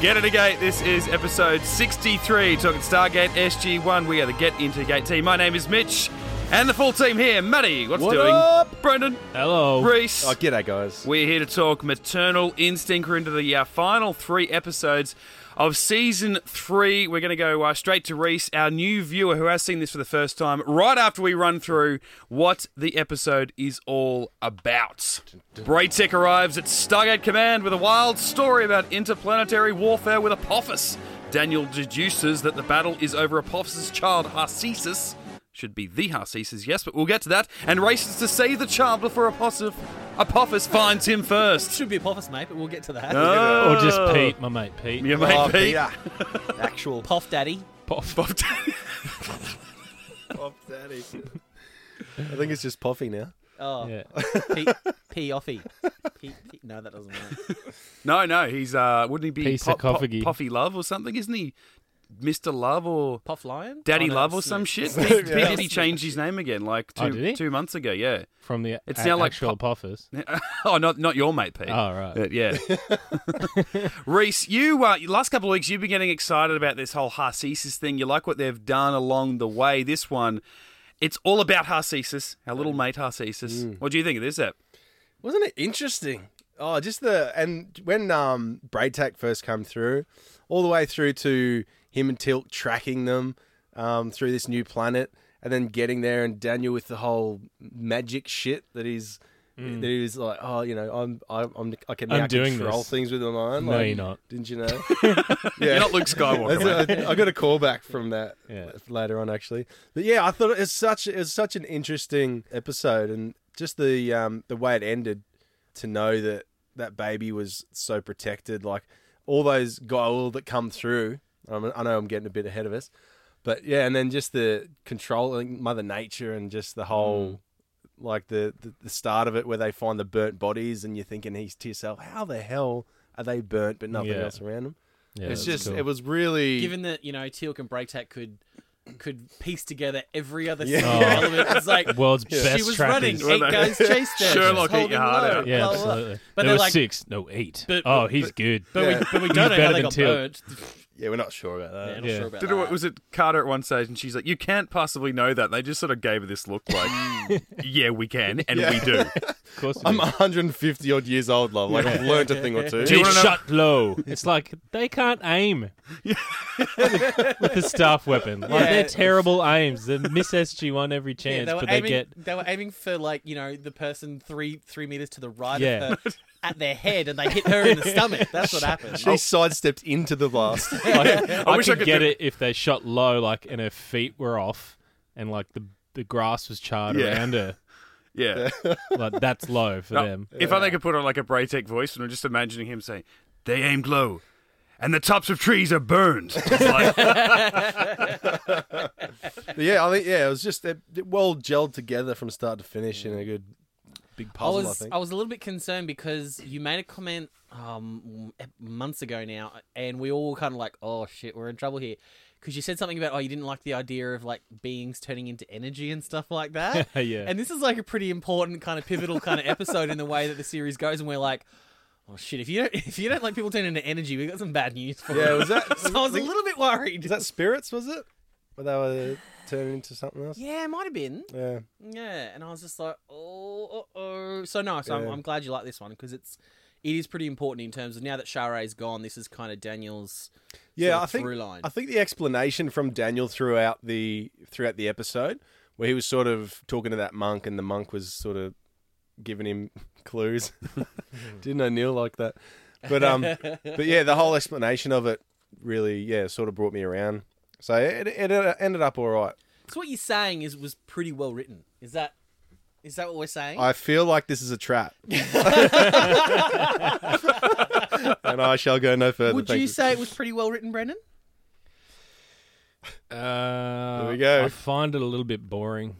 Get Into Gate. This is episode 63, talking Stargate SG1. We are the Get Into Gate team. My name is Mitch, and the full team here. Matty, what's What doing? up? Brendan, Hello. Reese. Oh, g'day, guys. We're here to talk maternal instinct. We're into the uh, final three episodes of season three. We're going to go uh, straight to Reese, our new viewer who has seen this for the first time, right after we run through what the episode is all about. Braytek arrives at Stargate Command with a wild story about interplanetary warfare with Apophis. Daniel deduces that the battle is over Apophis's child, Harcesis. Should be the Harcesis, yes, but we'll get to that. And races to save the child before Apophis, Apophis finds him first. Should be Apophis, mate, but we'll get to that. Or just Oh. Pete, my mate Pete. Your mate Oh, Pete. Peter. Actual pop Puff Daddy. Poff. Bob Daddy. daddy. I think it's just Poffy now. Oh, Yeah. Pete, P Offy. P, P, no, that doesn't work. No, no, he's uh wouldn't he be Piece of coffee. Puffy Love or something, isn't he? Mr. Love or Puff Lion? Daddy Oh, no, Love or it's some Snoop. shit? Yeah. Pete, Pete, did he change his name again like two Oh, did he? two months ago, yeah. From the It's a- now like actual Poffers. oh, not not your mate, Pete. Oh, right. Uh, yeah. Reese, you uh, last couple of weeks you've been getting excited about this whole Harcesis thing. You like what they've done along the way. This one, it's all about Harcesis, our little mate Harcesis. Mm. What do you think of this app? Wasn't it interesting? Oh, just the and when um Braytac first come through, all the way through to him and Tilt tracking them um, through this new planet, and then getting there, and Daniel with the whole magic shit that he's that he was like, oh, you know, I'm I, I'm I can now Mm. I'm doing control this. things with my mind. No, like, you're not. Didn't you know? You're yeah, not Luke Skywalker. That's mate. a- I got a callback from that Yeah. later on, actually. But yeah, I thought it was such it was such an interesting episode, and just the um, the way it ended to know that that baby was so protected, like all those guile that come through. I'm, I know I'm getting a bit ahead of us, but yeah, and then just the controlling Mother Nature and just the whole. Mm. Like the, the the start of it, where they find the burnt bodies, and you're thinking he's to yourself, how the hell are they burnt, but nothing Yeah. else around them? Yeah, it's that's just cool. it was really Given that, you know, Teal'c and Braytac could could piece together every other Yeah. single Oh. element. It's like, world's best she was trackers. running, eight guys chased her. Sherlock, She's eat your holding heart low, out. Yeah, blah, blah, blah. absolutely. But there they're was like, six, no eight. But- oh, he's good. but, Yeah. we, but we He's don't know better how they than got Teal'c. burnt. yeah, we're not sure about that. Yeah, not Yeah. sure about Did that. it, was it Carter at one stage and she's like, You can't possibly know that. They just sort of gave her this look like, Yeah, we can, and we do. of course, I'm 150 odd years old, love. Like I've learned a thing or two. Do you wanna know- shot low. It's like they can't aim with the staff weapon. Like Yeah. they're terrible aims. They miss SG one every chance, they were but aiming, they get were aiming for like you know the person three three meters to the right Yeah. of her at their head, and they hit her in the stomach. That's what happened. She sidestepped into the blast. like, I, wish I could could get do- it if they shot low, like, and her feet were off, and like the the grass was charred Yeah. around her. Yeah. Like that's low for them. If only I could put on like a Braytech voice, and I'm just imagining him saying, They aimed low, and the tops of trees are burned. It's like, But yeah, I think yeah, it was just it, it well gelled together from start to finish in a good big I puzzle. I, was think. I was a little bit concerned because you made a comment um months ago now, and we all kind of like, oh shit, we're in trouble here, because you said something about oh you didn't like the idea of like beings turning into energy and stuff like that. Yeah. And this is like a pretty important kind of pivotal kind of episode in the way that the series goes, and we're like. Oh shit! If you don't, if you don't like people turn into energy, we got some bad news for yeah, you. was that so I was a little bit worried. was that spirits? Was it? Where they were turning into something else? Yeah, it might have been. Yeah. Yeah, and I was just like, oh, oh. So no, so I'm, Yeah. I'm glad you like this one because it's it is pretty important in terms of now that Share's gone, this is kind of Daniel's. yeah, sort of I think through line. I think the explanation from Daniel throughout the throughout the episode, where he was sort of talking to that monk, and the monk was sort of giving him clues. Didn't I kneel like that? But um, but yeah, the whole explanation of it really, yeah, sort of brought me around. So it, it, it ended up all right. So what you're saying is was pretty well written. Is that is that what we're saying? I feel like this is a trap, and I shall go no further. Would Thank you say it was pretty well written, Brendan? Uh, There we go. I find it a little bit boring.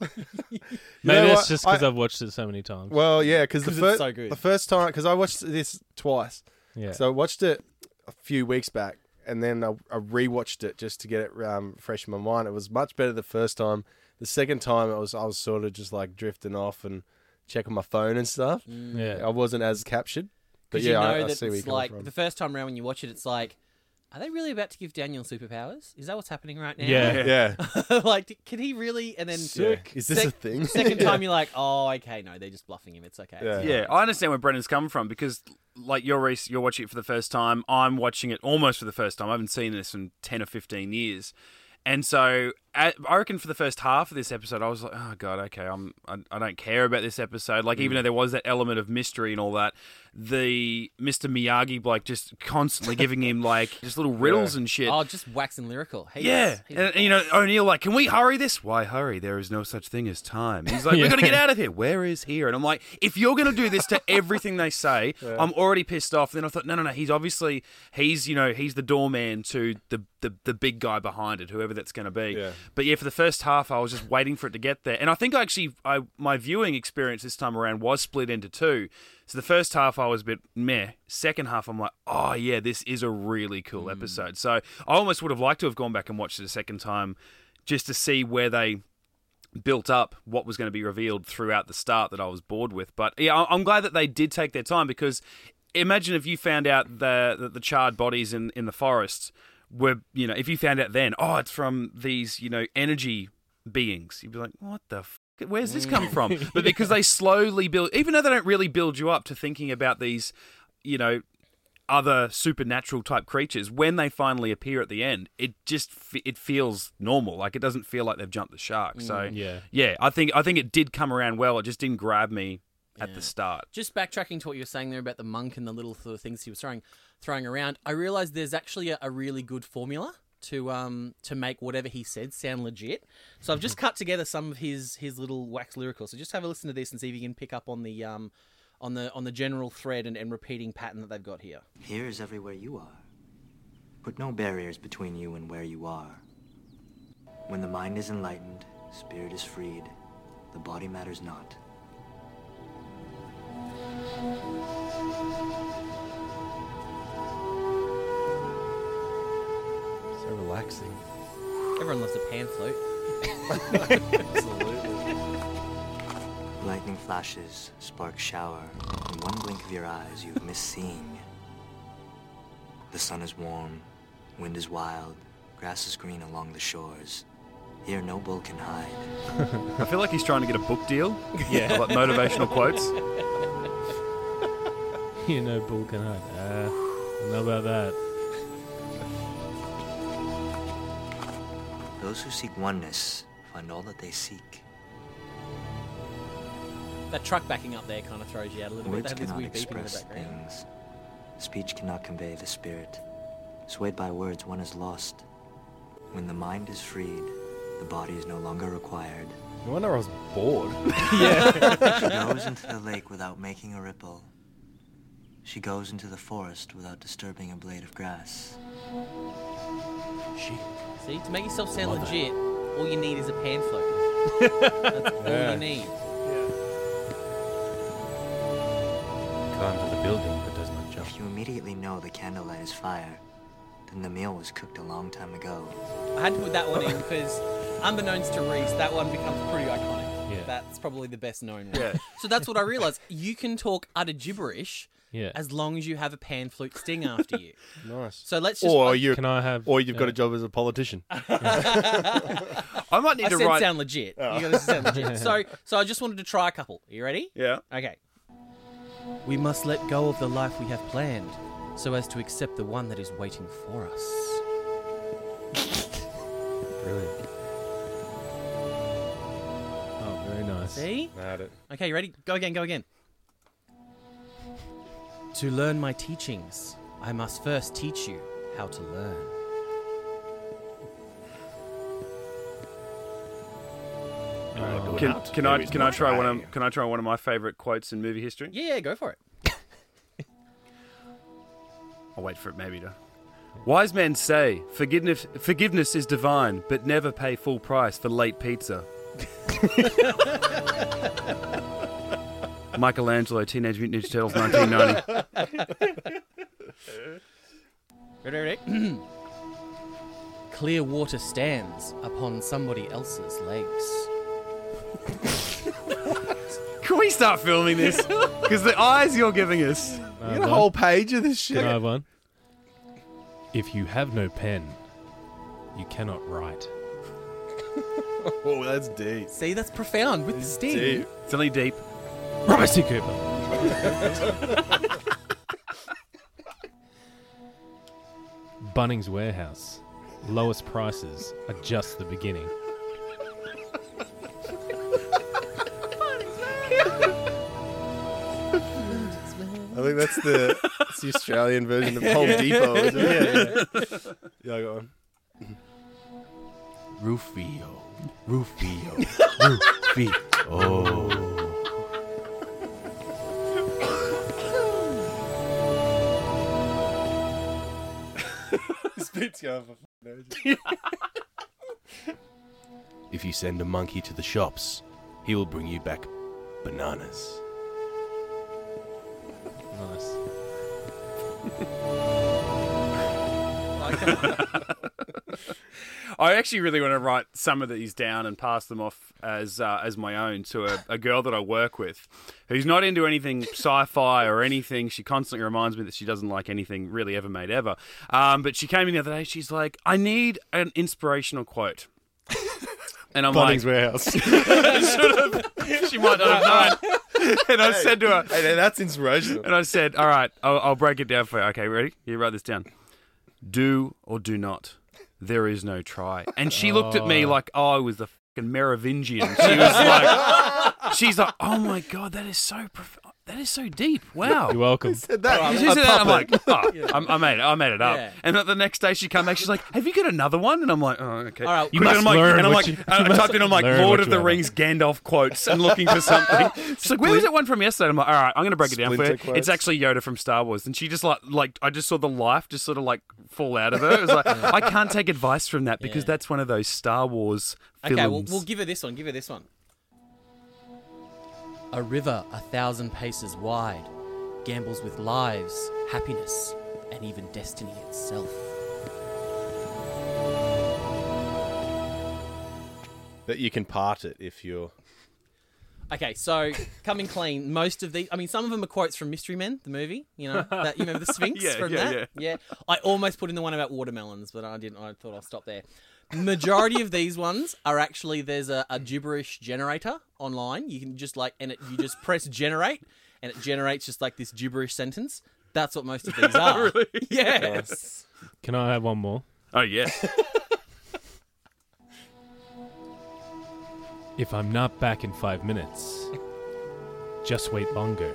Maybe know that's what? just because I- I've watched it so many times. Well, yeah, because the 'Cause first it's so good. the first time because I watched this twice. yeah. So I watched it a few weeks back, and then I, I rewatched it just to get it um, fresh in my mind. It was much better the first time. The second time, it was I was sort of just like drifting off and checking my phone and stuff. yeah. I wasn't as captured. But Mm. you yeah, know I, I that see where you it's come like from. the first time around when you watch it, it's like, are they really about to give Daniel superpowers? Is that what's happening right now? Yeah. yeah. like, can he really? And then Yeah. Is this sec- a thing? second time, you're like, oh, okay, no, they're just bluffing him. It's okay. Yeah. It's Yeah, I understand where Brennan's coming from because, like, you're Reese, you're watching it for the first time. I'm watching it almost for the first time. I haven't seen this in ten or fifteen years, and so at, I reckon for the first half of this episode, I was like, oh god, okay, I'm I, I don't care about this episode. Like, even though there was that element of mystery and all that, the Mister Miyagi bloke just constantly giving him like just little riddles and shit. Oh, just waxing lyrical. He's, Yeah, he's- and, and, you know O'Neill like, can we hurry this? Why hurry? There is no such thing as time. He's like, we we got to get out of here. Where is here? And I'm like, if you're going to do this to everything they say, I'm already pissed off. Then I thought, no, no, no. He's obviously he's you know he's the doorman to the the, the big guy behind it, whoever that's going to be. Yeah. But yeah, for the first half, I was just waiting for it to get there, and I think I actually I my viewing experience this time around was split into two. So the first half I was a bit meh. Second half I'm like, oh yeah, this is a really cool episode. So I almost would have liked to have gone back and watched it a second time, just to see where they built up what was going to be revealed throughout the start that I was bored with. But yeah, I- I'm glad that they did take their time because imagine if you found out the that the charred bodies in in the forest were you know if you found out then oh it's from these you know energy beings you'd be like what the f- where's this come from but because they slowly build even though they don't really build you up to thinking about these you know other supernatural type creatures when they finally appear at the end it just f- it feels normal like it doesn't feel like they've jumped the Mm, shark so Yeah. yeah i think i think it did come around well it just didn't grab me at the start just backtracking to what you were saying there about the monk and the little sort of things he was throwing throwing around, I realized there's actually a, a really good formula to um to make whatever he said sound legit. So I've Mm-hmm. just cut together some of his his little wax lyricals. So just have a listen to this and see if you can pick up on the um on the on the general thread and, and repeating pattern that they've got here. Here is everywhere you are. Put no barriers between you and where you are. When the mind is enlightened, spirit is freed, the body matters not. So relaxing. Everyone loves a pan flute. Lightning flashes, sparks shower. In one blink of your eyes, you've missed seeing. The sun is warm, wind is wild, grass is green along the shores. Here no bull can hide. i feel like he's trying to get a book deal Yeah. like motivational quotes you know, Bull can hide. Uh, I don't know about that. Those who seek oneness find all that they seek. That truck backing up there kind of throws you out a little bit. They Words have this cannot weird beep in the express background. things. Speech cannot convey the spirit. Swayed by words, one is lost. When the mind is freed, the body is no longer required. No wonder I was bored. She goes into the lake without making a ripple. She goes into the forest without disturbing a blade of grass. See, to make yourself sound legit, all you need is a pan flute. That's all Yeah. you need. Climb to the building but does not jump. If you immediately know the candlelight is fire, then the meal was cooked a long time ago. I had to put that one in because, unbeknownst to Reese, that one becomes pretty iconic. Yeah. That's probably the best known one. So that's what I realised. You can talk utter gibberish Yeah. as long as you have a pan flute sting after you. Nice. So let's just. Or I, you Can I have? or you've got uh, a job as a politician. i might need I to said write Oh. sound legit. You gotta sound legit. So, so I just wanted to try a couple. You ready? yeah Okay. We must let go of the life we have planned so as to accept the one that is waiting for us. Brilliant. Oh, very nice. See? Nailed it. Okay, you ready? Go again, go again. To learn my teachings, I must first teach you how to learn. Oh, Can, can I can I try one of can I try one of my favorite quotes in movie history? Yeah, yeah, go for it. I'll wait for it maybe to. Wise men say forgiveness forgiveness is divine, but never pay full price for late pizza. Michelangelo, Teenage Mutant Ninja Turtles, 1990. Ready, ready, ready? Clear water stands upon somebody else's legs. Can we start filming this? Because the eyes you're giving us. Can I You got a have one? whole page of this shit. Can I have one? If you have no pen, you cannot write. Oh, that's deep. See, that's profound with the sting. Deep. It's only deep. Robert C. Cooper. Bunnings Warehouse. Lowest prices are just the beginning. I think that's the that's the Australian version of Home Depot. Isn't it? Yeah, yeah. I got one. Rufio. Rufio. Rufio. Oh. This bit's going for fucking If you send a monkey to the shops, he will bring you back bananas. Nice. I actually really want to write some of these down and pass them off as uh, as my own to a, a girl that I work with, who's not into anything sci-fi or anything. She constantly reminds me that she doesn't like anything really ever made ever. Um, but she came in the other day. She's like, "I need an inspirational quote," and I'm like, Bunnings Warehouse. "She might not have known." and I said to her, hey, now that's inspirational. and I said, "All right, I'll, I'll break it down for you. Okay, ready? You write this down. Do or do not. There is no try." And she looked at me like I was the fucking Merovingian. She was like, "She's like, oh my god, that is so prof- that is so deep. Wow." You're welcome. Said that. She a said that, I'm puppet. like, oh, I'm- I made it. I made it up. Yeah. And the next day she come back. She's like, "Have you got another one?" And I'm like, "Oh, okay." All right. You You must and must I'm like, learn and I'm what like, you- I you must typed in, I'm like, learn Lord what of you the have. Rings Gandalf quotes and looking for something. She's like, "Where was that one from yesterday?" I'm like, "All right, I'm going to break it down for you. Splinter quotes. It's actually Yoda from Star Wars." And she just like, like, I just saw the life just sort of like fall out of her. It was like, I can't take advice from that because Yeah. that's one of those Star Wars films. Okay, we'll, we'll give her this one. Give her this one. A river a thousand paces wide gambles with lives, happiness, and even destiny itself. That you can part it if you're. Okay, so coming clean, most of these, I mean, some of them are quotes from Mystery Men, the movie. You know, that you remember the Sphinx Yeah, from yeah, that? Yeah. I almost put in the one about watermelons, but I didn't. I thought I'll stop there. Majority of these ones are actually there's a, a gibberish generator online. You can just like, and it, you just press generate, and it generates just like this gibberish sentence. That's what most of these are. Yes. Can I have one more? Oh yeah. If I'm not back in five minutes, just wait longer.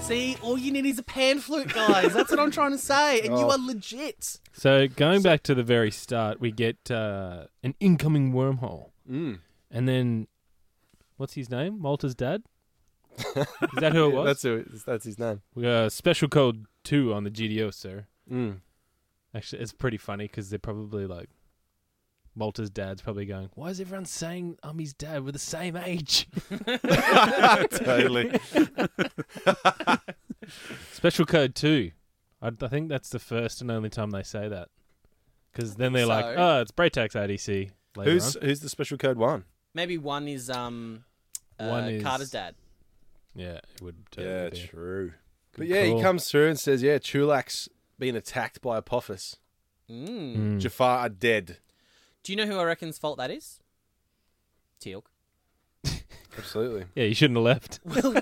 See, all you need is a pan flute, guys. That's what I'm trying to say, and you Oh. are legit. So going back to the very start, we get uh, an incoming wormhole, Mm. and then what's his name? Walter's dad. Is that who it was? That's who, that's his name. We got a special code two on the GDO, sir. Mm. Actually, it's pretty funny because they're probably like, Walter's dad's probably going, "Why is everyone saying I'm his dad? We're the same age." Totally. special code two. I, I think that's the first and only time they say that, because then they're like, So- "Oh, it's Braytax ADC." Later who's on. who's the special code one? Maybe one is um, uh, One is- Carter's dad. yeah? It would totally be. true. But Good yeah, call. he comes through and says, "Yeah, Chulak's been attacked by Apophis. Mm. Mm. Jafar are dead." Do you know who I reckon's fault that is? Teal'c. Absolutely. Yeah, you shouldn't have left. Well,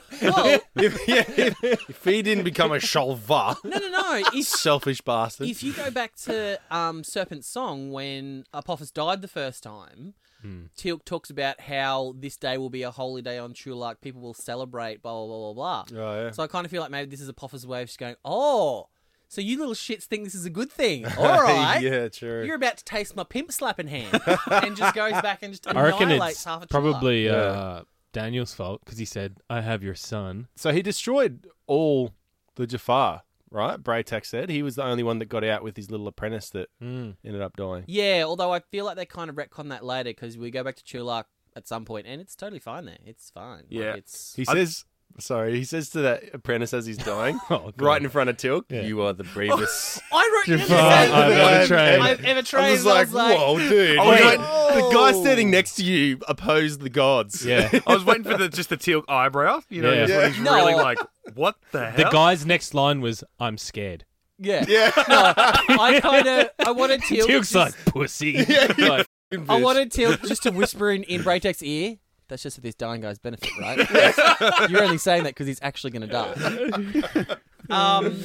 if, yeah, if, if he didn't become a Shalva, no, no, no. If, selfish bastard. if you go back to um, Serpent's Song, when Apophis died the first time, Hmm. Teal'c talks about how this day will be a holy day on Chulak. People will celebrate, blah, blah, blah, blah, blah. oh yeah. So I kind of feel like maybe this is Apophis' way of just going, oh, so you little shits think this is a good thing. All right. yeah, true. You're about to taste my pimp slapping hand, and just goes back and just I reckon annihilates it's half of Chulak. probably uh, Yeah. Daniel's fault because he said, "I have your son." So he destroyed all the Jafar, right? Braytax said he was the only one that got out with his little apprentice that ended up dying. Yeah, although I feel like they kind of retcon that later because we go back to Chulak at some point, and it's totally fine there. It's fine. Like, Yeah. it's He says Sorry, he says to that apprentice as he's dying, Oh, God. right in front of Tilk, Yeah. "You are the bravest." I wrote you the Fuck, I've same ever I'm- tried. I've ever trained. I was like, "Whoa, dude!" I was Wait, like, the guy standing next to you opposed the gods. Yeah. I was waiting for the just the teal eyebrow. You know, Yeah. just when he's No. really like, what the The hell? guy's next line was, "I'm scared." yeah, yeah. No, I kind of I wanted Teal. Tilk's like pussy. Like, I wanted Teal just to whisper in in Braytek's ear. That's just for this dying guy's benefit, right? You're only saying that because he's actually going to die. Um,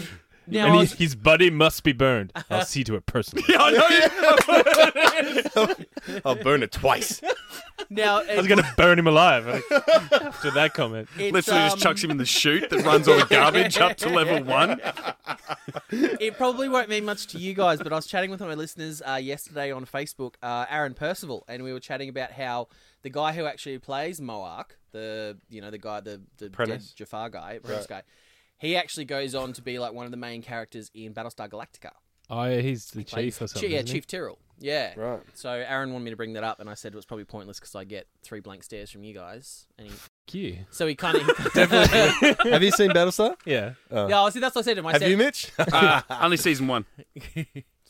now I and was- his, his body must be burned. I'll see to it personally. Yeah, I know. I'll burn it twice. now I was gonna burn him alive. After that comment, It's, Literally just um, chucks him in the chute that runs all the garbage up to level one. It probably won't mean much to you guys, but I was chatting with one of my listeners uh, yesterday on Facebook, uh, Aaron Percival, and we were chatting about how the guy who actually plays Moark, the you know the guy, the the dead Prentice. Jafar guy, Prentice guy, he actually goes on to be like one of the main characters in Battlestar Galactica. oh, yeah, he's the Plays- chief Chi- or something. yeah, isn't he? Chief Tyrrell. Yeah. Right. So Aaron wanted me to bring that up, and I said it was probably pointless because I get three blank stares from you guys. And he, Fuck you. so he kind of definitely. Have you seen Battlestar? Yeah, Yeah, see, that's what I said to him. I Have said, you, Mitch? it's Uh, only season one.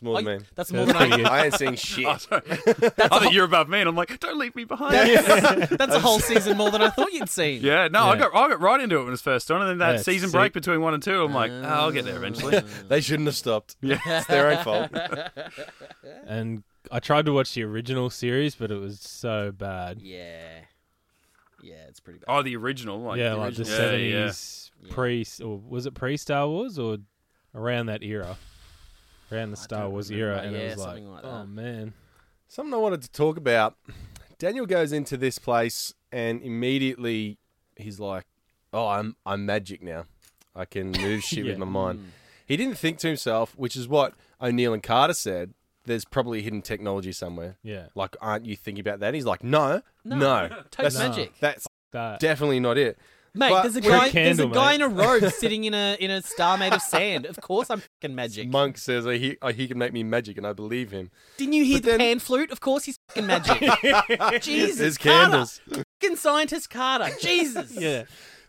more than me. I- that's more that's than I pretty good. I ain't seeing Oh, shit. sorry. I thought you're above me, and I'm like, don't leave me behind. That's a whole season more than I thought you'd seen. Yeah, no, I Yeah. got I got right into it when it was first on, and then that That's season sick. break between one and two, I'm like, oh, I'll get there eventually. they shouldn't have stopped. Yeah. It's their own fault. and I tried to watch the original series, but it was so bad. Yeah. Yeah, it's pretty bad. Oh, the original, like, yeah, like the original. Yeah, yeah. seventies pre, or was it pre Star Wars or around that era? Around the Star don't Wars remember. era, and Yeah, it was like, something like oh um, that. man, Something I wanted to talk about. Daniel goes into this place and immediately he's like, "Oh, I'm I'm magic now. I can move shit with Yeah. my Mm. mind." He didn't think to himself, which is what O'Neill and Carter said. There's probably hidden technology somewhere. yeah, Like, aren't you thinking about that? He's like, "No, no, Toast that's No. magic. that's that definitely not it." Mate, But- there's a We're a guy there's a candle, guy in mate. a robe sitting in a in a star made of sand. Of course I'm fucking magic. Monk says, "I he, I, he can make me magic," and I believe him. Didn't you hear But the then- pan flute? Of course he's fucking magic. Jesus. There's Carter. candles. Fucking scientist Carter. Jesus. yeah.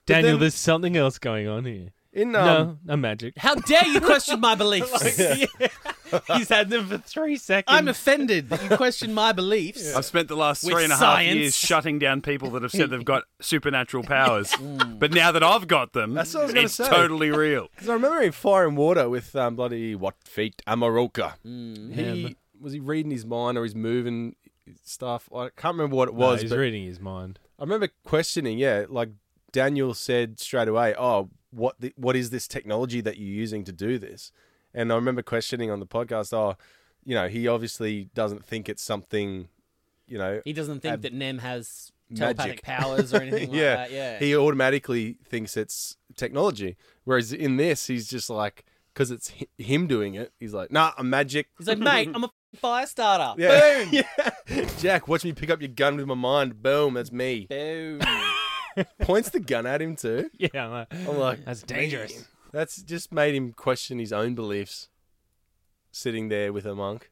Daniel, then- there's something else going on here. In um, No, no magic. How dare you question my beliefs? He's had them for three seconds. I'm offended that you question my beliefs. I've spent the last With three and a half science. years shutting down people that have said they've got supernatural powers, but now that I've got them, Mm. That's what I was gonna it's say. totally real. Because I remember in Fire and Water with um, bloody what feet Amaroka. He Him. was he reading his mind or he's moving stuff. I can't remember what it No, was, he's but reading his mind. I remember questioning. Yeah, like Daniel said straight away, "Oh, what the, what is this technology that you're using to do this?" And I remember questioning on the podcast, "Oh, you know, he obviously doesn't think it's something, you know, He doesn't think Ab- that Nem has telepathic magic. powers or anything like yeah, that. Yeah. He automatically thinks it's technology. Whereas in this, he's just like, because it's hi- him doing it, he's like, nah, I'm magic. He's like, mate, I'm a fucking fire starter. Yeah. Yeah. Jack, watch me pick up your gun with my mind. Boom, that's me. Boom. Points the gun at him too. Yeah, I'm like, I'm like, that's dangerous. that's just made him question his own beliefs sitting there with a monk.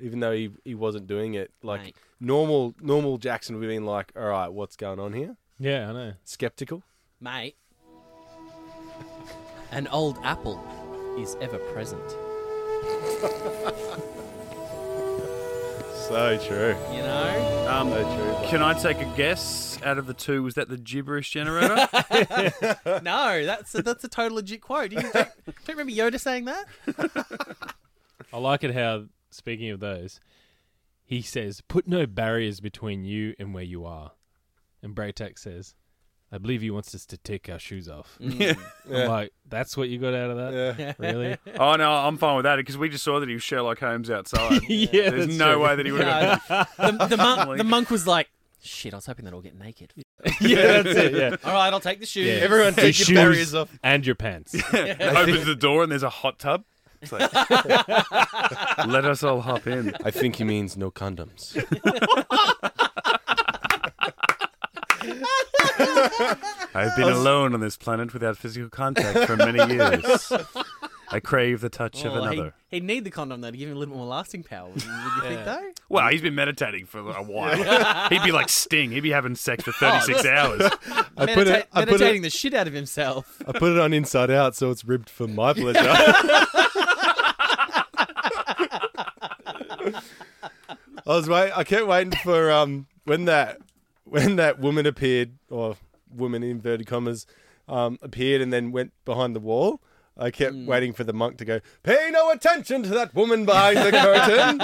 Even though he, he wasn't doing it. Like Mm. Mate. normal normal Jackson would have been like, All right, what's going on here? Yeah, I know. Skeptical. Mate, an old apple is ever present. So true. You know? Um, So true. can I take a guess? Out of the two, was that the gibberish generator? no, that's a, that's a total legit quote. You don't, don't remember Yoda saying that? I like it how, speaking of those, he says, put no barriers between you and where you are. And Braytek says, I believe he wants us to take our shoes off. I'm like, that's what you got out of that? Really? oh no, I'm fine with that because we just saw that he was Sherlock Holmes outside. yeah, There's that's no true. way that he would have. No. the, the, monk, the monk was like, shit, I was hoping they'd all get naked. yeah, that's it. Yeah. All right, I'll take the shoes. Yeah. Everyone Your take your shoes barriers off. And your pants. opens the door and there's a hot tub. It's like, Let us all hop in. I think he means no condoms. I've been alone on this planet without physical contact for many years. I crave the touch of Well, another. Oh, He, would need the condom though to give him a little bit more lasting power. Would you would you think though? Well, he's been meditating for a while. He'd be like Sting. He'd be having sex for 36 hours. I Medita- put it. I put it. meditating the shit out of himself. I put it on Inside Out, so it's ribbed for my pleasure. I was wait. I kept waiting for um when that when that woman appeared or woman in inverted commas um, appeared and then went behind the wall. I kept Mm. waiting for the monk to go. Pay no attention to that woman behind the curtain.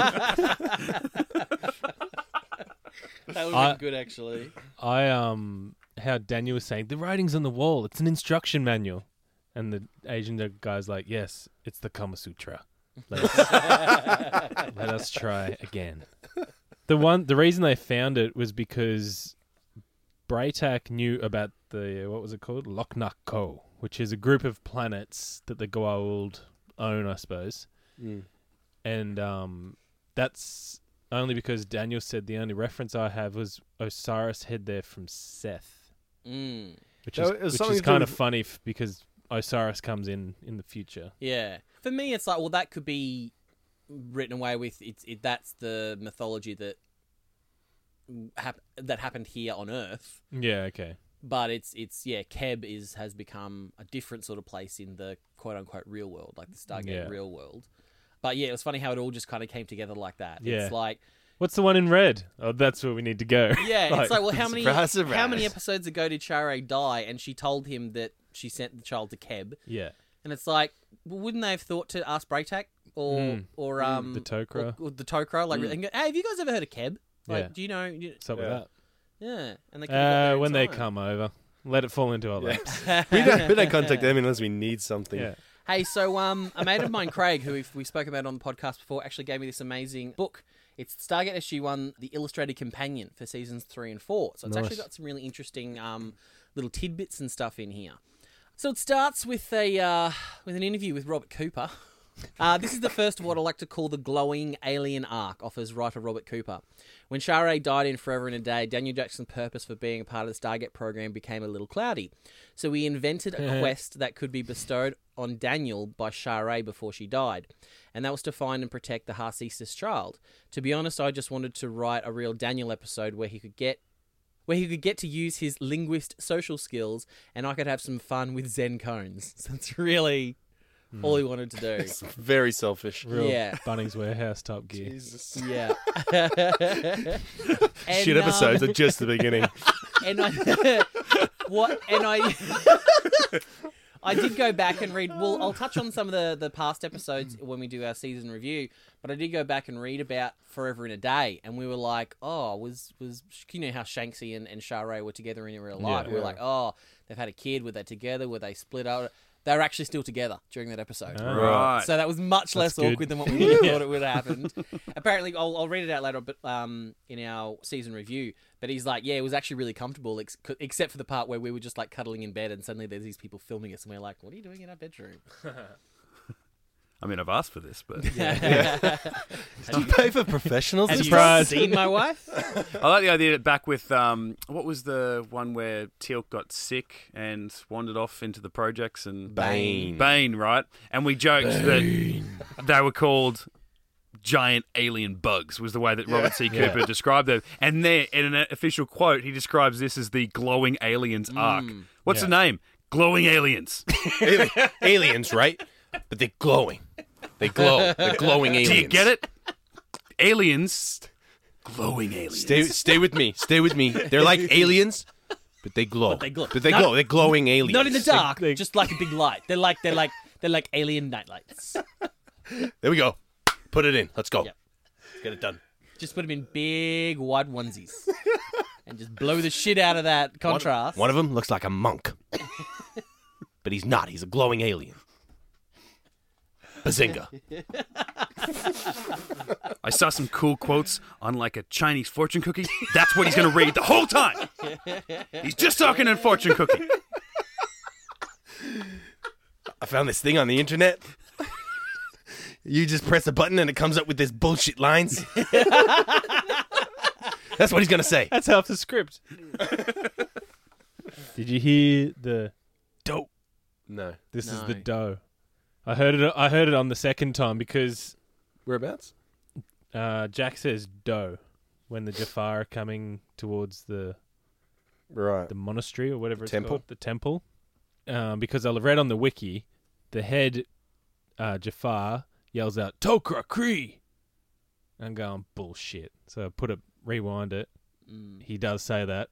That would be I- good actually. I um how Daniel was saying the writing's on the wall. It's an instruction manual, and the Asian guy's like, "Yes, it's the Kama Sutra." Let us, let us try again. The one, the reason they found it was because Braytak knew about the what was it called Loknak Ko, which is a group of planets that the Goa'uld own, I suppose. Mm. And um, that's only because Daniel said the only reference I have was Osiris had there from Seth, Mm. which Oh, it was is which something is to kind do of with- funny f- because Osiris comes in in the future. Yeah. For me, it's like well, that could be written away with. It's it, that's the mythology that hap- that happened here on Earth. Yeah, okay. But it's it's yeah, Keb is has become a different sort of place in the quote unquote real world, like the Stargate Yeah. real world. But yeah, it was funny how it all just kind of came together like that. Yeah. It's like What's the one in red? Oh, that's where we need to go. Yeah, it's like, well, how many Surprise, surprise. how many episodes ago did Chare die? And she told him that she sent the child to Keb, yeah, and it's like, well, wouldn't they have thought to ask Braytak or Mm. or um The Tok'ra. Hmm. or, or the Tokra? Like, and go, hey, have you guys ever heard of Keb? Like, Yeah. do you know? you- something Yeah. like yeah, and they could've got that. there Uh, in when they time. come over, let it fall into our laps. we, don't, we don't contact them unless we need something. Yeah. Hey, so um, a mate of mine, Craig, who we've, we spoke about on the podcast before, actually gave me this amazing book. It's Stargate Issue One, the Illustrated Companion for seasons three and four. So it's actually got some really interesting um, little tidbits and stuff in here. So it starts with a uh, with an interview with Robert Cooper. Uh, this is the first of what I like to call the glowing alien arc, offers writer Robert Cooper. When Share died in Forever and a Day, Daniel Jackson's purpose for being a part of the Stargate program became a little cloudy. So he invented a quest that could be bestowed on Daniel by Share before she died, and that was to find and protect the Harcesis child. To be honest, I just wanted to write a real Daniel episode where he could get where he could get to use his linguist social skills and I could have some fun with Zen cones. So that's really all he wanted to do. It's very selfish. Real Yeah. Bunnings Warehouse Top Gear. Jesus. Yeah. And, Shit um, episodes are just the beginning. and I what and I I did go back and read well I'll touch on some of the the past episodes when we do our season review but I did go back and read about Forever in a Day and we were like oh was was you know how Shanksy and, and Shara were together in real life we were like oh they've had a kid were they together were they split up they were actually still together during that episode Oh. Right. so that was much less good. awkward than what we would have thought it would have happened. Apparently, I'll, I'll read it out later, but um, in our season review. But he's like, yeah, it was actually really comfortable, ex- co- except for the part where we were just like cuddling in bed, and suddenly there's these people filming us, and we're like, what are you doing in our bedroom? I mean, I've asked for this, but Do you pay for professionals? Have you Surprise. seen my wife? I like the idea that back with um, what was the one where Teal'c got sick and wandered off into the projects and Bane. Bane, right? And we joked that they were called giant alien bugs was the way that Robert C. Cooper described them. And there, in an official quote, he describes this as the glowing aliens arc. What's the name? Glowing aliens. aliens, right? But they're glowing. They glow. They're glowing aliens. Do you get it? aliens. Glowing aliens. Stay, stay with me. Stay with me. They're like aliens, but they glow. But they glow. But they Not- glow. They're glowing aliens. Not in the dark, just like a big light. They're like they're like they're like alien nightlights. There we go. Put it in. Let's go. Yep. Let's get it done. Just put them in big wide onesies, and just blow the shit out of that contrast. One of them looks like a monk, but he's not. He's a glowing alien. Bazinga. I saw some cool quotes on like a Chinese fortune cookie. That's what he's going to read the whole time. He's just talking in fortune cookie. I found this thing on the internet. You just press a button and it comes up with this bullshit lines. That's what he's gonna say. That's half the script. Did you hear the No. This is the No. dough. I heard it. I heard it on the second time because Whereabouts? uh, Jack says "do" when the Jafar are coming towards the Right. the monastery or whatever it's Temple. called, the temple. Um, because I'll have read on the wiki, the head uh, Jafar yells out Tokra Kree. I'm going bullshit. So I put it, rewind it. Mm. He does say that,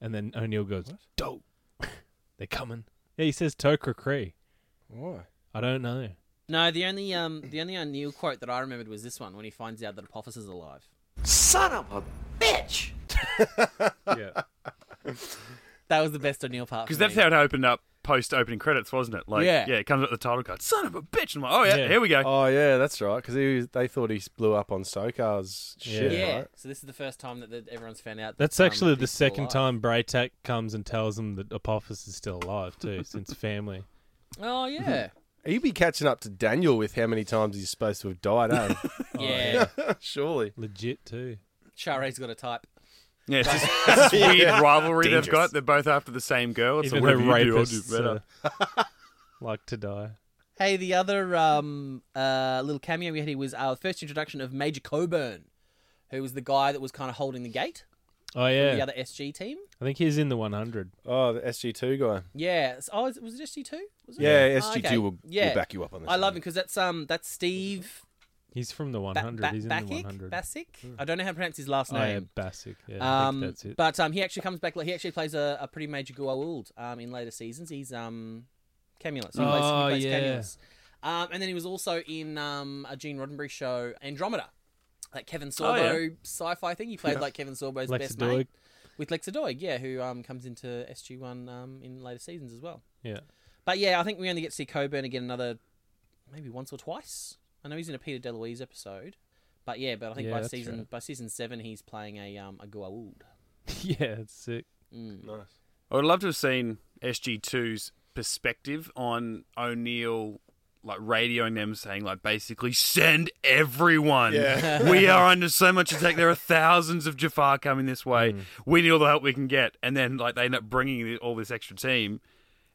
and then O'Neill goes, "Do, they're coming." Yeah, he says Tokra Kree. Why? I don't know. No, the only um the only O'Neill quote that I remembered was this one when he finds out that Apophis is alive. Son of a bitch! yeah, That was the best O'Neill part. Because for that's me. how it opened up post opening credits, wasn't it? Like, Yeah. yeah, it comes up with the title card. Son of a bitch! I'm like, oh yeah, Yeah. here we go. Oh yeah, that's right. Because he was, they thought he blew up on Sokar's shit. Yeah. Right? So this is the first time that, that everyone's found out. That, that's um, actually the he's second alive. time Braytek comes and tells him that Apophis is still alive too, since family. Oh yeah. He'd be catching up to Daniel with how many times he's supposed to have died. eh? Oh, yeah. Surely. Legit too. Chare's got a type. Yeah, it's just it's this weird rivalry they've Dangerous. got. They're both after the same girl. It's Even like, though whatever you do, I'll do rapists better. uh, like to die. Hey, the other um uh little cameo we had here was our first introduction of Major Coburn, who was the guy that was kind of holding the gate. Oh The yeah, other SG team. I think he's in the 100. Oh, the SG two guy. Yeah. So, oh, is- was it SG two? Was it? Yeah, Oh, SG two okay. will, will Yeah. back you up on this. I love him because that's um that's Steve He's from the ba- 100. Ba- he's in the Hmm. Bakic. 100. Basic. I don't know how to pronounce his last oh, yeah, name. Basic. Yeah, I think Um, that's it. but um, he actually comes back. like, He actually plays a, a pretty major Gua'uld um, in later seasons. He's um, Camulus. He plays, Oh, he plays yeah. Camulus. Um, and then he was also in um, a Gene Roddenberry show, Andromeda, that Kevin Sorbo yeah. sci-fi thing. He played like Kevin Sorbo's Oh, Lexa best Doig. mate with Lexa Doig, yeah, who um, comes into SG One um, in later seasons as well. Yeah, But yeah, I think we only get to see Coburn again another maybe once or twice. I know he's in a Peter DeLuise episode, but yeah, but I think Yeah, by that's season right. by season seven he's playing a um, a Gua'uld. yeah, it's sick. I would love to have seen SG2's perspective on O'Neill, like radioing them, saying like basically send everyone. we are under so much attack. There are thousands of Jafar coming this way. Mm. We need all the help we can get. And then like they end up bringing the- all this extra team,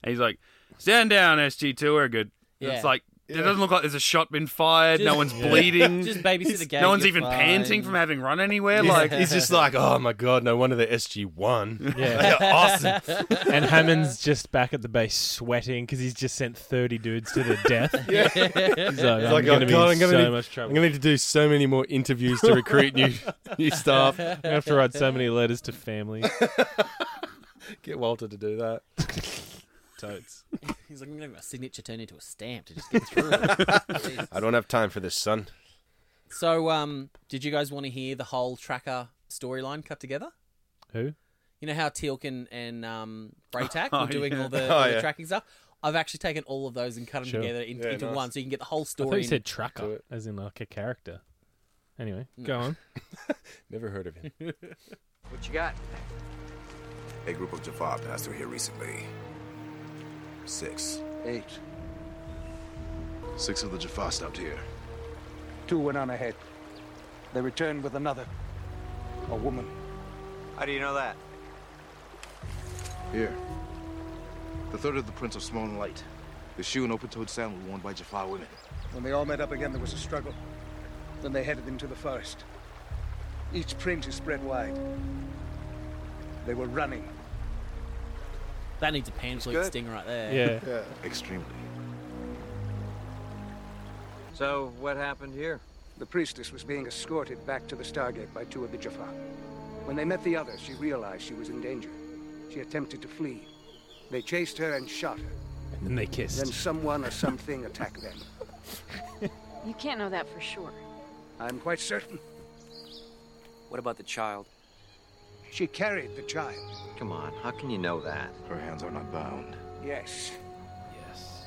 and he's like, stand down, SG2, we're good. And Yeah. It's like. It doesn't look like there's a shot been fired. no Just- one's bleeding. Just babysit the game. no one's you're even fine. panting from having run anywhere. He's, Like, he's just like, oh my god, no wonder they're SG one. Yeah, awesome. and Hammond's just back at the base sweating because he's just sent 30 dudes to their death. yeah, he's like, I'm like, oh, going to be God, in I'm gonna so be- much I'm trouble. I'm gonna need to do so many more interviews to recruit new new staff. going to have to write so many letters to family. Get Walter to do that. Totes. He's like, I'm gonna get my signature turned into a stamp to just get through. Jesus. I don't have time for this, son. so, um, did you guys want to hear the whole tracker storyline cut together? Who? You know how Teal'c and, and um, Braytak Oh, were doing yeah. all the, Oh, all the yeah. tracking stuff. I've actually taken all of those and cut them Sure. together in, Yeah, into nice. one, so you can get the whole I thought story. you in- said Do tracker, it. as in like a character. Anyway, go on. Never heard of him. What you got? A group of Jafar passed through here recently. Six. Eight. Six of the Jafar stopped here. Two went on ahead. They returned with another. A woman. How do you know that? Here. The third of the Prince of Small and Light. The shoe and open-toed sandal worn by Jafar women. When they all met up again, there was a struggle. Then they headed into the forest. Each print is spread wide. They were running. that needs a pamphlet good. sting right there. Yeah. Extremely. So, what happened here? The priestess was being escorted back to the Stargate by two of the Jaffa. When they met the others, she realized she was in danger. She attempted to flee. They chased her and shot her. And then they Then kissed. someone or something attacked them. You can't know that for sure. I'm quite certain What about the child? she carried the child. Come on, how can you know that? Her hands are not bound. Yes. Yes.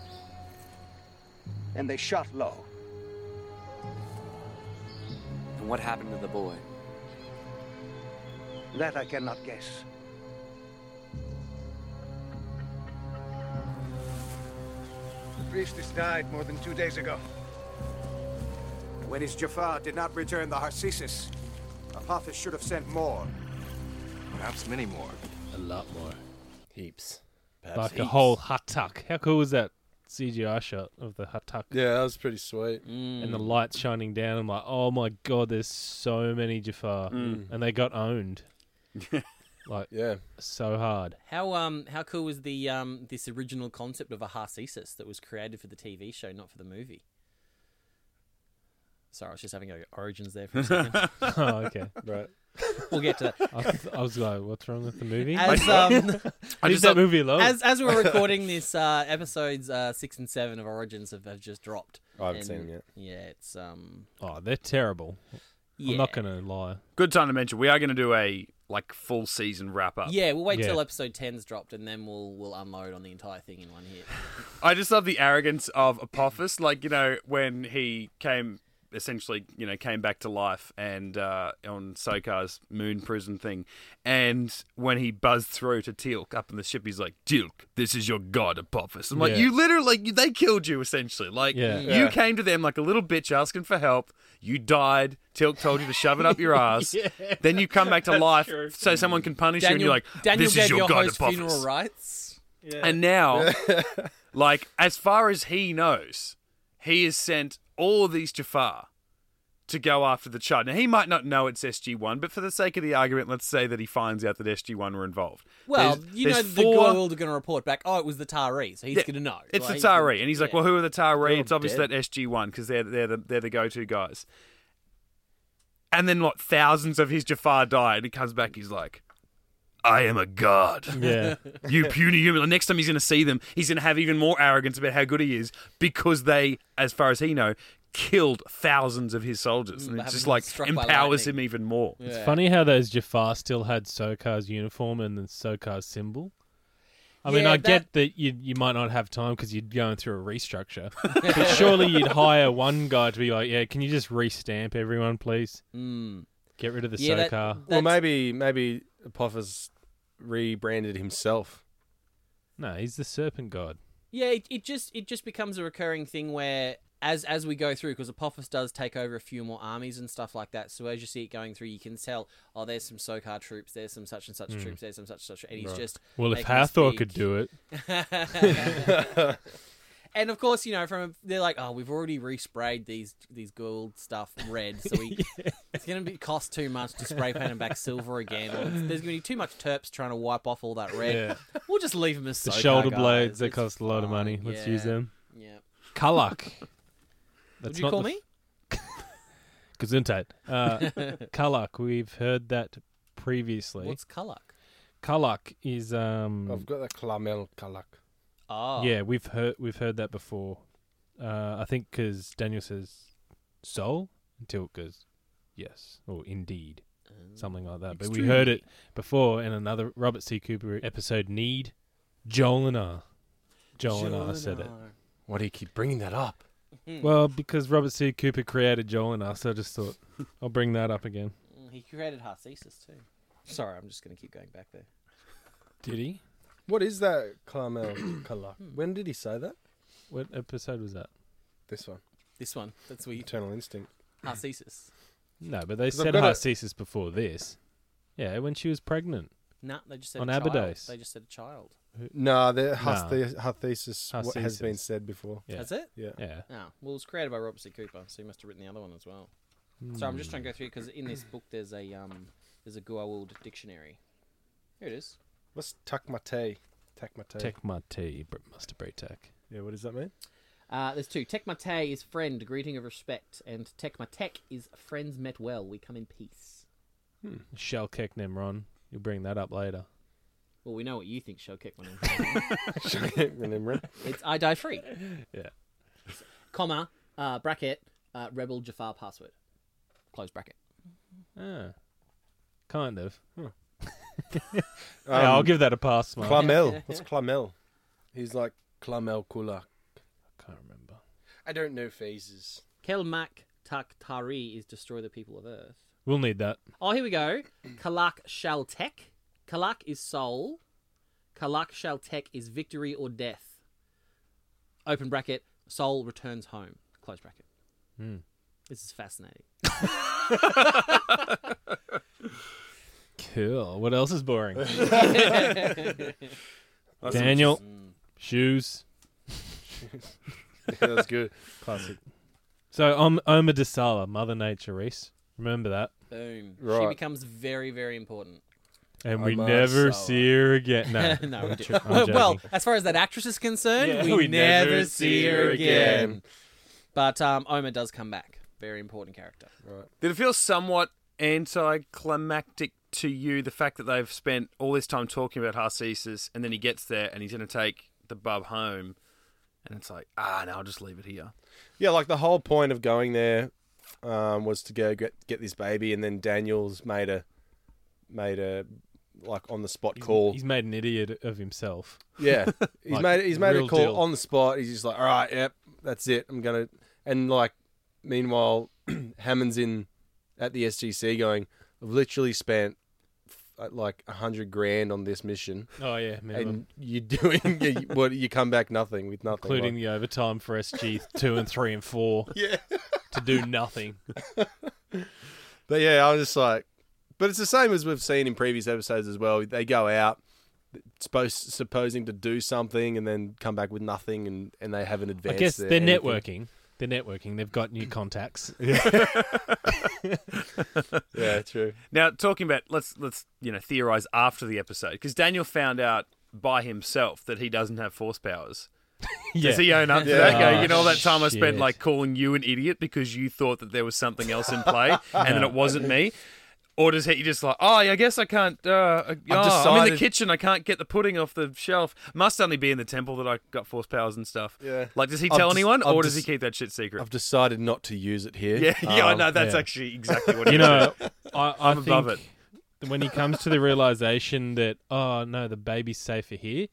And they shot low. And what happened to the boy? That I cannot guess. The priestess died more than two days ago. When his Jafar did not return the Harcesis, Apophis should have sent more. Perhaps many more. Like a whole hot tuck. How cool was that? CGI shot of the Hatak Yeah, that was pretty sweet. and the lights shining down. I'm like, oh my god, there's so many Jafar, and they got owned like Yeah. so hard. How um how cool was the um this original concept of a harcesis that was created for the TV show, not for the movie? Sorry, I was just having a go at origins there for a second. oh, okay. Right. we'll get to that. I, th- I was like, what's wrong with the movie? As um I Leave just that love- movie alone. as as we're recording this, uh, episodes uh, six and seven of Origins have, have just dropped. I haven't And, seen it yet. Yeah, it's um. oh, they're terrible. Yeah. I'm not gonna lie. Good time to mention we are going to do a like full season wrap up. Yeah, we'll wait Yeah. till episode 10's dropped, and then we'll we'll unload on the entire thing in one hit. I just love the arrogance of Apophis. Like you know when he came, essentially you know came back to life and uh, on Sokar's moon prison thing, and when he buzzed through to Teal'c up in the ship, he's like, "Teal'c, this is your god, Apophis." I'm like, Yeah. "You literally, like, you- they killed you essentially. Like Yeah. you came to them like a little bitch asking for help. You died. Teal'c told you to shove it up your ass. Then you come back to life so someone can punish you, and you're like, Daniel "This gave is your, your god, host Apophis." funeral rights. And now, like, as far as he knows, he has sent all these Jafar to go after the child. Now, he might not know it's SG1, but for the sake of the argument, let's say that he finds out that SG1 were involved. Well, There's- you know there's the four- world are going to report back. Oh, it was the Taree, so he's Yeah, going to know. It's Like, the Tari. And he's like, yeah. well, who are the Tari? all It's obvious dead. that SG1 because they're, they're, the, they're the go to guys. And then, like, thousands of his Jafar die, and he comes back, he's like, I am a god. Yeah, You puny human. The next time he's going to see them, he's going to have even more arrogance about how good he is because they, as far as he know, killed thousands of his soldiers. And by it having just been like Mm, struck by empowers him lightning. even more. it's Yeah. funny how those Jafar still had Sokar's uniform and then Sokar's symbol. I mean, Yeah, I that- get that you you might not have time because you're going through a restructure, but surely you'd hire one guy to be like, yeah, can you just restamp everyone, please? Mm. Get rid of the Yeah, that- Sokar. Well, That's- maybe maybe Apophis rebranded himself. No, he's the serpent god. Yeah, it, it just it just becomes a recurring thing where as as we go through, because Apophis does take over a few more armies and stuff like that. So as you see it going through, you can tell, oh, there's some Sokar troops, there's some such and such troops, there's some such and such, and he's just Hmm. Well, if making this Hathor big- could do it, and of course, you know, from they're like, oh, we've already resprayed these these gold stuff red, so we it's gonna be cost too much to spray paint them back silver again. Or it's- there's gonna be too much terps trying to wipe off all that red. We'll just leave them as the Sokar shoulder guys. blades that It's cost a lot of fine. money. Let's use Yeah. them. Yeah. Kalak. Would you call me? Gesundheit. Uh, Kalak. We've heard that previously. What's Oh, Kulak? Kalak is um. I've got the Clamel Kalak. Oh. Yeah, we've heard we've heard that before. Uh, I think because Daniel says soul until it goes yes or indeed Mm. something like that. But we heard it before in another Robert C. Cooper episode. Need Joel and R. Joel and R said it. Why do you keep bringing that up? Well, because Robert C. Cooper created Joel and R, so I just thought I'll bring that up again. Mm, He created Harcesis too. Sorry, I'm just going to keep going back there. Did he? What is that Clamel Kalak? When did he say that? What episode was that? This one, This one. That's where you Eternal Instinct. Harcesis. No, but they 'Cause I've said got a- Harcesis before this. Yeah, when she was pregnant. Nah, they just said On a child. Abydos. They just said a child. No, the Nah. Harthe- Harthesis what has Harthesis. been said before. Yeah. That's it? Yeah. Yeah. Oh, well, it was created by Robert C. Cooper, so he must have written the other one as well. So I'm just trying to go through because in this book there's a um there's a Guauld dictionary. Here it is. What's tuck my tea? Tuck my tea. Tech my tea, Br- Master Braytech. Yeah, what does that mean? Uh, there's two. Tekmate is friend, greeting of respect, and Tekmatek is friends met well. We come in peace. Shellkek Nemron. You'll bring that up later. Well, we know what you think, Shellkick. When I'm Remember? It's I die free. Yeah. Comma, uh, bracket, uh, rebel Jafar password. Close bracket. Ah, kind of. Um, yeah, I'll give that a pass, man. Clamel. What's Clamel? He's like Clamel Kulak. I can't remember. I don't know phases. Kelmak Tak Tari is destroy the people of Earth. We'll need that. Oh, here we go. Kalak Shaltek. Kalak is soul. Kalak Shaltek is victory or death. Open bracket, soul returns home. Close bracket. This is fascinating. Cool. What else is boring? Mm. Daniel, shoes. Yeah, that's good. Classic. So um, Oma Desala, Mother Nature, Reese. Remember that. Boom. She Right. becomes very, very important. And we Oma never Desala. see her again. No. no, we I'm do. jo- I'm Well, well, joking. as far as that actress is concerned, Yeah, we, we never, never see her again. But um, Oma does come back. Very important character. Did it feel somewhat anticlimactic to you the fact that they've spent all this time talking about Harcesis and then he gets there and he's going to take the bub home and it's like, ah, no, I'll just leave it here. Yeah, like the whole point of going there um, was to go get, get this baby, and then Daniel's made a made a like on the spot call. He's made an idiot of himself. yeah, he's like, made he's made a real call deal. on the spot. He's just like, all right, yep, that's it. I'm gonna and like meanwhile, Hammond's in at the SGC going. I've literally spent uh, like a hundred grand on this mission, Oh yeah, remember. and you're doing you, what? You come back nothing with nothing, including like- the overtime for SG two and three and four. Yeah. to do nothing. But yeah, I was just like, but it's the same as we've seen in previous episodes as well. They go out, supposed supposing to do something, and then come back with nothing, and, and they haven't I advanced. guess their they're anything. networking. They're networking. They've got new contacts. Yeah, true. Now, talking about let's let's you know theorize after the episode because Daniel found out by himself that he doesn't have force powers. Does uh, he own up to that? Go, Oh, you know, all that time I spent shit. like calling you an idiot because you thought that there was something else in play and that it wasn't me. Or does he just like, oh, yeah, I guess I can't. Uh, I- oh, I'm in the decided- kitchen. I can't get the pudding off the shelf. Must only be in the temple that I got force powers and stuff. Yeah. Like, does he I've tell just- anyone, I've or does he just- keep that shit secret? I've decided not to use it here. yeah, yeah, I Um, know. That's Oh, yeah. actually exactly what he you know, I, I I'm think above that when he comes to the realization that oh no, the baby's safer here.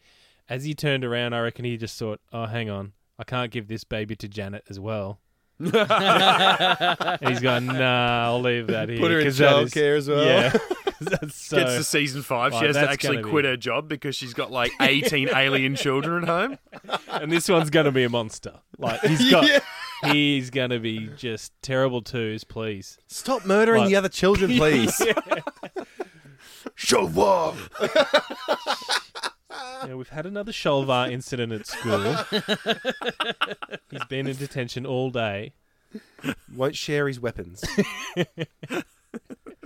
As he turned around, I reckon he just thought, oh, hang on, I can't give this baby to Janet as well. And he's gone, nah, I'll leave that here. Put her in 'cause that is- childcare as well. Yeah, 'Cause that's so. gets to season five. Oh, she has to that's actually gonna be- quit her job because she's got like 18 alien children at home. and this one's gonna be a monster. Like he's got, he's gonna be just terrible twos, please. Stop murdering Like- the other children, please. Show off. Yeah, we've had another Sholvar incident at school. he's been in detention all day. Won't share his weapons.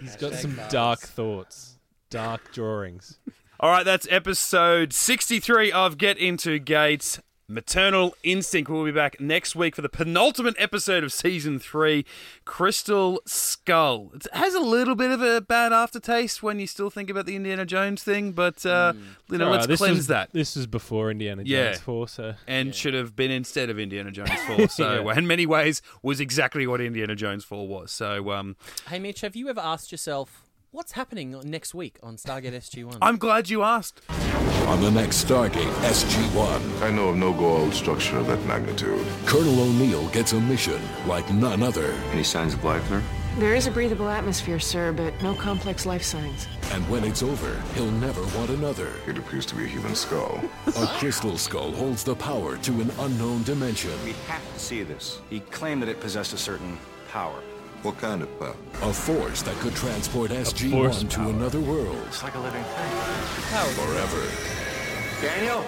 He's got some dark thoughts, dark drawings. All right, that's episode 63 of Get Into Gates. Maternal Instinct. We'll be back next week for the penultimate episode of season three, Crystal Skull. It has a little bit of a bad aftertaste when you still think about the Indiana Jones thing, but uh, you know, Hmm. All right, let's this cleanse was, that. This was before Indiana Jones Yeah. 4, so and should have been instead of Indiana Jones 4. So, Yeah. in many ways, was exactly what Indiana Jones 4 was. So, um, Hey, Mitch, have you ever asked yourself, what's happening next week on Stargate SG-1? I'm glad you asked. On the next Stargate SG-1, I know of no goa'uld structure of that magnitude. Colonel O'Neill gets a mission like none other. Any signs of life there? There is a breathable atmosphere, sir, but no complex life signs. And when it's over, he'll never want another. It appears to be a human skull. A crystal skull holds the power to an unknown dimension. We have to see this. He claimed that it possessed a certain power. What kind of power? A force that could transport force SG-1 to power. another world It's like a living thing. forever. Daniel!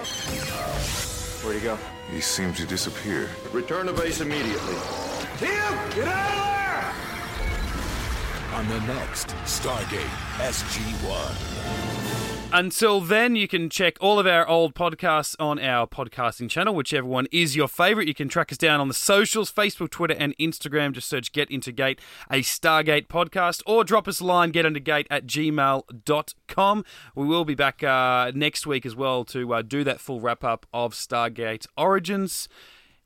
Where'd he go? He seems to disappear. Return to base immediately. Tim! Get out of there! On the next Stargate SG-1. Until then, you can check all of our old podcasts on our podcasting channel, whichever one is your favorite. You can track us down on the socials Facebook, Twitter, and Instagram. Just search Get Into Gate, a Stargate podcast, or drop us a line, getintogate at gmail.com. We will be back uh, next week as well to uh, do that full wrap up of Stargate Origins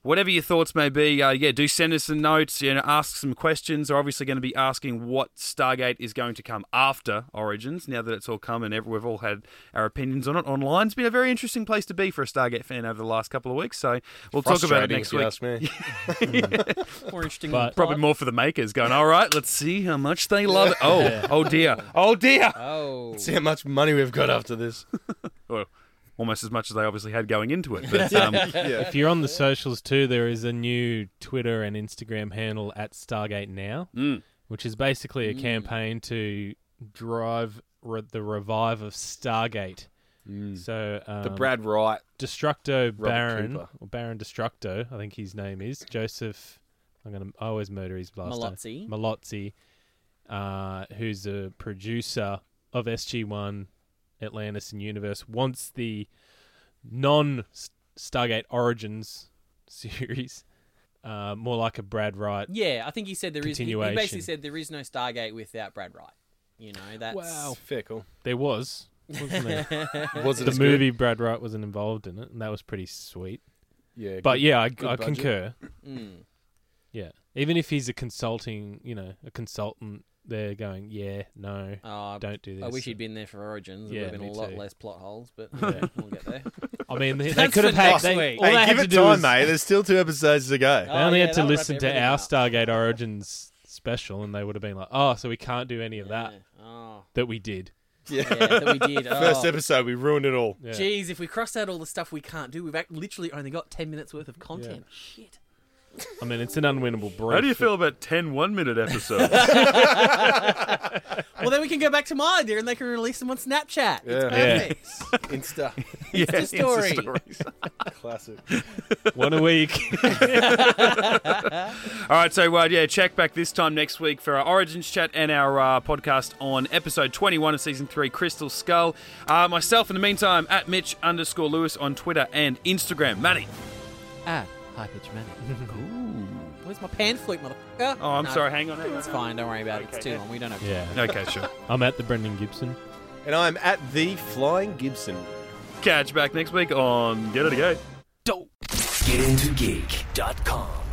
whatever your thoughts may be, uh, yeah, do send us some notes. You know, ask some questions. We're obviously going to be asking what Stargate is going to come after Origins. Now that it's all come and every, we've all had our opinions on it online, it's been a very interesting place to be for a Stargate fan over the last couple of weeks. So we'll talk about it Frustrating, next if you week. ask me. more interesting But- plot. Probably more for the makers going. All right, let's see how much they love it. Oh, oh dear, oh dear. Oh. See how much money we've got after this. Well, almost as much as they obviously had going into it. But um, if you're on the socials too, there is a new Twitter and Instagram handle at Stargate Now, Mm. which is basically a campaign to drive re- the revive of Stargate Mm. So um, The Brad Wright, Destructo Robert Baron Cooper. or Baron Destructo, I think his name is Joseph. I'm gonna I always murder his last Malozzi. name. Malozzi, uh, who's a producer of SG One, Atlantis, and Universe. Wants the non Stargate Origins series, uh, more like a Brad Wright. Yeah, I think he said there is. He, he basically Continuation. said there is no Stargate without Brad Wright. You know that's Fickle. There was. Wasn't there? Was it the as good? movie Brad Wright wasn't involved in it, and that was pretty sweet. Yeah, but good- yeah, I, good I budget. concur. Mm. Yeah, even if he's a consulting, you know, a consultant, they're going, yeah, no, Oh, don't do this. I wish he'd been there for Origins. There Yeah, would have been a me lot too. less plot holes, but Yeah. we'll get there. I mean, they, they That's could have for had. next They, week. all they hey, had give to it do time, was- mate. The's still two episodes to go. They Oh, only yeah, had to that'll wrap listen to everything our up. Stargate Origins special, and they would have been like, oh, so we can't do any of that Oh, that we did. yeah, that we did. Oh. First episode, we ruined it all. Yeah. Jeez, if we crossed out all the stuff we can't do, we've act- literally only got ten minutes worth of content. Shit. I mean, it's an unwinnable brief. How do you feel about 10 one minute episodes? Well, then we can go back to my idea, and they can release them on Snapchat. It's perfect. Insta. yeah, the story. Insta stories. Classic. One a week. All right, so uh, yeah, check back this time next week for our Origins chat and our uh, podcast on episode 21 of season three, Crystal Skull. Uh, myself, in the meantime, at Mitch underscore Lewis on Twitter and Instagram. Matty. At high pitch manic. Where's my pan flute, motherfucker? Oh, I'm No, sorry. Hang on. Hang on. It's fine. Don't worry about it. It's too long. We don't have. yeah. Okay, sure. I'm at the Brendan Gibson. And I'm at the Flying Gibson. Catch you back next week on Get It Again. Get into geek.com.